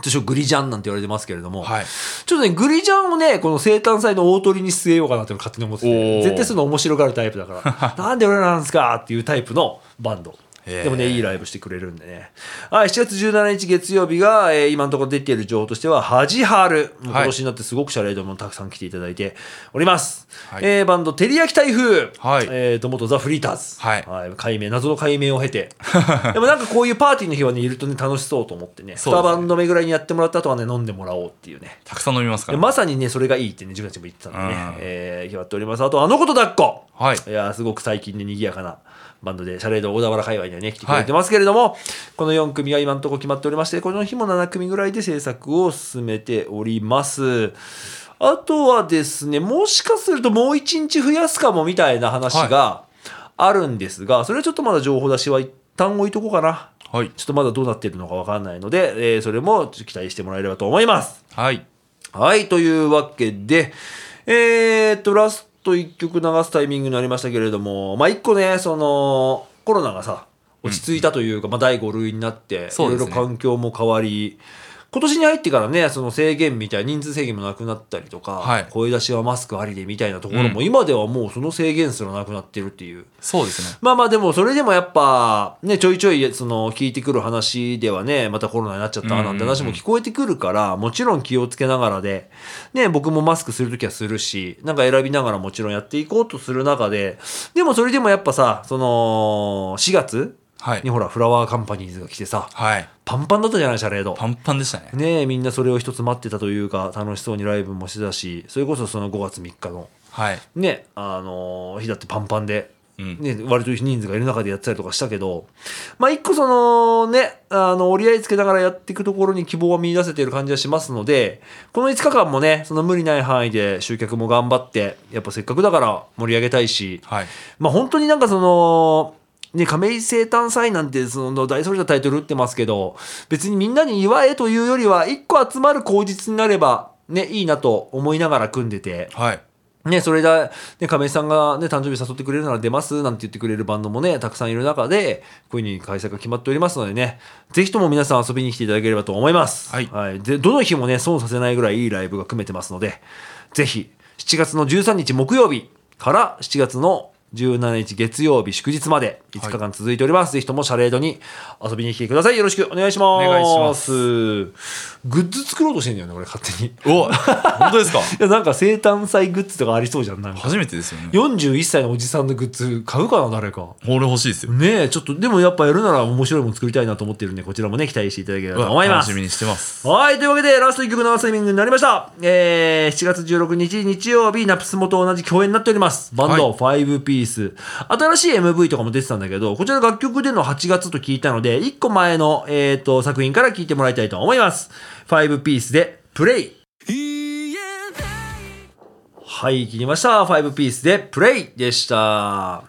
Speaker 1: 通称グリジャンなんて言われてますけれども、
Speaker 2: はい
Speaker 1: ちょっとね、グリジャンをね、この生誕祭の大鳥に据えようかなって勝手に思って
Speaker 2: お
Speaker 1: て、
Speaker 2: ー
Speaker 1: 絶対そういうの面白がるタイプだ から、なんで俺らなんですかっていうタイプのバンド。
Speaker 2: へー
Speaker 1: でもね、いいライブしてくれるんでね。はい、7月17日月曜日が、えー今のところ出ている情報としては、はじはる。もう今年になってすごくシャレードもたくさん来ていただいております。
Speaker 2: はい
Speaker 1: えーバンド、照り焼き台風。
Speaker 2: はい
Speaker 1: えーと、元ザ・フリーターズ。
Speaker 2: はい
Speaker 1: はい、解明謎の解明を経 てでもなんかこういうパーティーの日はねいるとね楽しそうと思ってね
Speaker 2: そうです
Speaker 1: 2バ
Speaker 2: ね
Speaker 1: ンド目ぐらいにやってもらった後はね飲んでもらおうっていうね
Speaker 2: たくさん飲みますか
Speaker 1: で
Speaker 2: ら、
Speaker 1: まさにねそれがいいってね自分たちも言ってたんで
Speaker 2: うん
Speaker 1: ね、えー、決まっておりますあとあのこと抱っこ
Speaker 2: はい
Speaker 1: いやーすごく最近ね賑やかなバンドでシャレード小田原界隈にはね来てくれてますけれども、この4組が今のところ決まっておりましてこの日も7組ぐらいで制作を進めておりますあとはですねもしかするともう1日増やすかもみたいな話があるんですが、それはちょっとまだ情報出しは一旦置いとこうかな
Speaker 2: はい
Speaker 1: ちょっとまだどうなってるのかわかんないので、えーそれも期待してもらえればと思います
Speaker 2: はい
Speaker 1: はい、というわけで、えーっと、ラスト1曲流すタイミングになりましたけれども、まあ1個ね、その、コロナがさ、落ち着いたというか、まあ第5類になって、い
Speaker 2: そう
Speaker 1: ろ
Speaker 2: で
Speaker 1: い
Speaker 2: すね
Speaker 1: ろ環境も変わり、今年に入ってからね、その制限みたい、人数制限もなくなったりとか、
Speaker 2: はい
Speaker 1: 声出しはマスクありでみたいなところも、
Speaker 2: う
Speaker 1: 今ではもうその制限すらなくなってるっていう。
Speaker 2: そうですね
Speaker 1: まあまあでもそれでもやっぱねちょいちょいその聞いてくる話ではねまたコロナになっちゃったなんて話も聞こえてくるからもちろん気をつけながらでね僕もマスクするときはするしなんか選びながらもちろんやっていこうとする中ででもそれでもやっぱさその4月
Speaker 2: はい
Speaker 1: にほらフラワーカンパニーズが来てさ
Speaker 2: はい
Speaker 1: パンパンだったじゃないシャレード。
Speaker 2: パンパンでしたね
Speaker 1: ねえみんなそれを一つ待ってたというか楽しそうにライブもしてたしそれこそその5月3日の
Speaker 2: はい
Speaker 1: ね、あのー日だってパンパンで、
Speaker 2: うん
Speaker 1: ね、割と人数がいる中でやってたりとかしたけど、まあ一個そのね、あの、折り合いつけながらやっていくところに希望は見出せている感じはしますので、この5日間もね、その無理ない範囲で集客も頑張って、やっぱせっかくだから盛り上げたいし、
Speaker 2: はい
Speaker 1: まあ本当になんかその、ね、亀井生誕祭なんてその大それたタイトル打ってますけど、別にみんなに祝えというよりは、一個集まる口実になれば、ね、いいなと思いながら組んでて、
Speaker 2: はい
Speaker 1: ね、それだ、ね、亀井さんが、ね、誕生日誘ってくれるなら出ますなんて言ってくれるバンドもね、たくさんいる中で、こういうふうに開催が決まっておりますのでね、ぜひとも皆さん遊びに来ていただければと思います。
Speaker 2: はい
Speaker 1: で、どの日もね、損させないぐらいいいライブが組めてますので、ぜひ、7月の13日木曜日から7月の17日月曜日祝日まで5日間続いております。ぜひともシャレードに遊びに来てください。よろしくお願いします。。
Speaker 2: お願いします
Speaker 1: グッズ作ろうとしてんだよね、俺勝手に。
Speaker 2: お 本当ですか
Speaker 1: いや、なんか生誕祭グッズとかありそうじゃん、なんか。
Speaker 2: 初めてですよね
Speaker 1: 41歳のおじさんのグッズ買うかな誰か
Speaker 2: 俺欲しいですよ
Speaker 1: ねえちょっとでもやっぱやるなら面白いもの作りたいなと思ってるんでこちらもね期待していただければと思いま
Speaker 2: 楽
Speaker 1: す
Speaker 2: しみにしてます
Speaker 1: はい。というわけで、ラスト1曲のタイミングになりました。えー、7月16日、日曜日、ナプスモと同じ共演になっております。バンド、5ピース。新しい MV とかも出てたんだけど、こちら楽曲での8月と聞いたので、1個前の、えー、と、作品から聞いてもらいたいと思います。5ピースで、プレイ。はい、切りました。5ピースで、プレイでした。は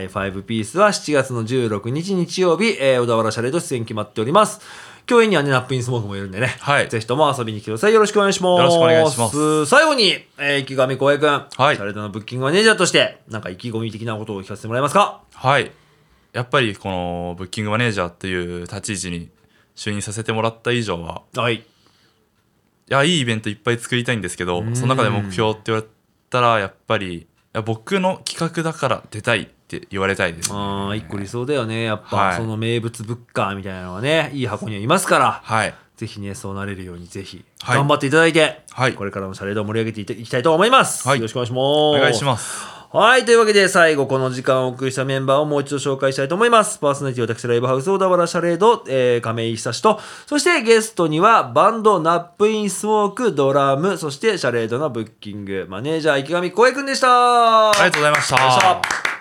Speaker 1: い、5ピースは7月の16日日曜日、えー小田原シャレード出演決まっております。共演にはね、ナップインスモークもいるんでね。
Speaker 2: はい
Speaker 1: ぜひとも遊びに来てください。よろしくお願いします。
Speaker 2: よろしくお願いします
Speaker 1: 最後に、えー、池上光栄くん。
Speaker 2: はい
Speaker 1: シャレードのブッキングマネージャーとして、なんか意気込み的なことを聞かせてもらえますか
Speaker 2: はいやっぱりこのブッキングマネージャーっていう立ち位置に就任させてもらった以上は
Speaker 1: はい。
Speaker 2: いやいいイベントいっぱい作りたいんですけどその中で目標って言われたらやっぱりや僕の企画だから出たいって言われたいです、ね、
Speaker 1: あー一個理想だよねやっぱ、
Speaker 2: はい
Speaker 1: その名物ブッカーみたいなのはねいい箱にはいますから
Speaker 2: はい
Speaker 1: ぜひねそうなれるようにぜひ
Speaker 2: はい
Speaker 1: 頑張っていただいて、
Speaker 2: はい
Speaker 1: これからもシャレードを盛り上げていきたいと思います、
Speaker 2: はい
Speaker 1: よろしくお願いします
Speaker 2: お
Speaker 1: お
Speaker 2: 願いしますす
Speaker 1: はいというわけで最後この時間をお送りしたメンバーをもう一度紹介したいと思いますパーソナリティ私ライブハウス小田原シャレード、えー、亀井久志とそしてゲストにはバンドナップインスモークドラムそしてシャレードのブッキングマネージャー池上光栄くんでした
Speaker 2: ありがとうございまし
Speaker 1: ありがとうございました
Speaker 2: た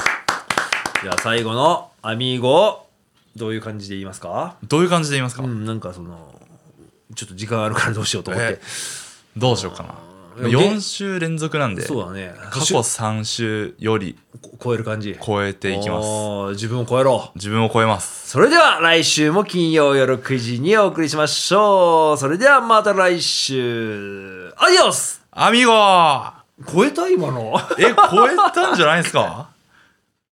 Speaker 1: じゃあ最後の「アミーゴ」をどういう感じで言いますか
Speaker 2: どういう感じで言いますか、
Speaker 1: うんなんかそのちょっと時間あるからどうしようと思って
Speaker 2: え、どうしようかな
Speaker 1: ーで
Speaker 2: 4週連続なんで
Speaker 1: そうだね
Speaker 2: 過去3週より
Speaker 1: こ超える感じ
Speaker 2: 超えていきます
Speaker 1: おー自分を超えろ
Speaker 2: 自分を超えます
Speaker 1: それでは来週も金曜夜9時にお送りしましょうそれではまた来週アディオス
Speaker 2: アミゴー
Speaker 1: 超えた今の
Speaker 2: え超えたんじゃないですか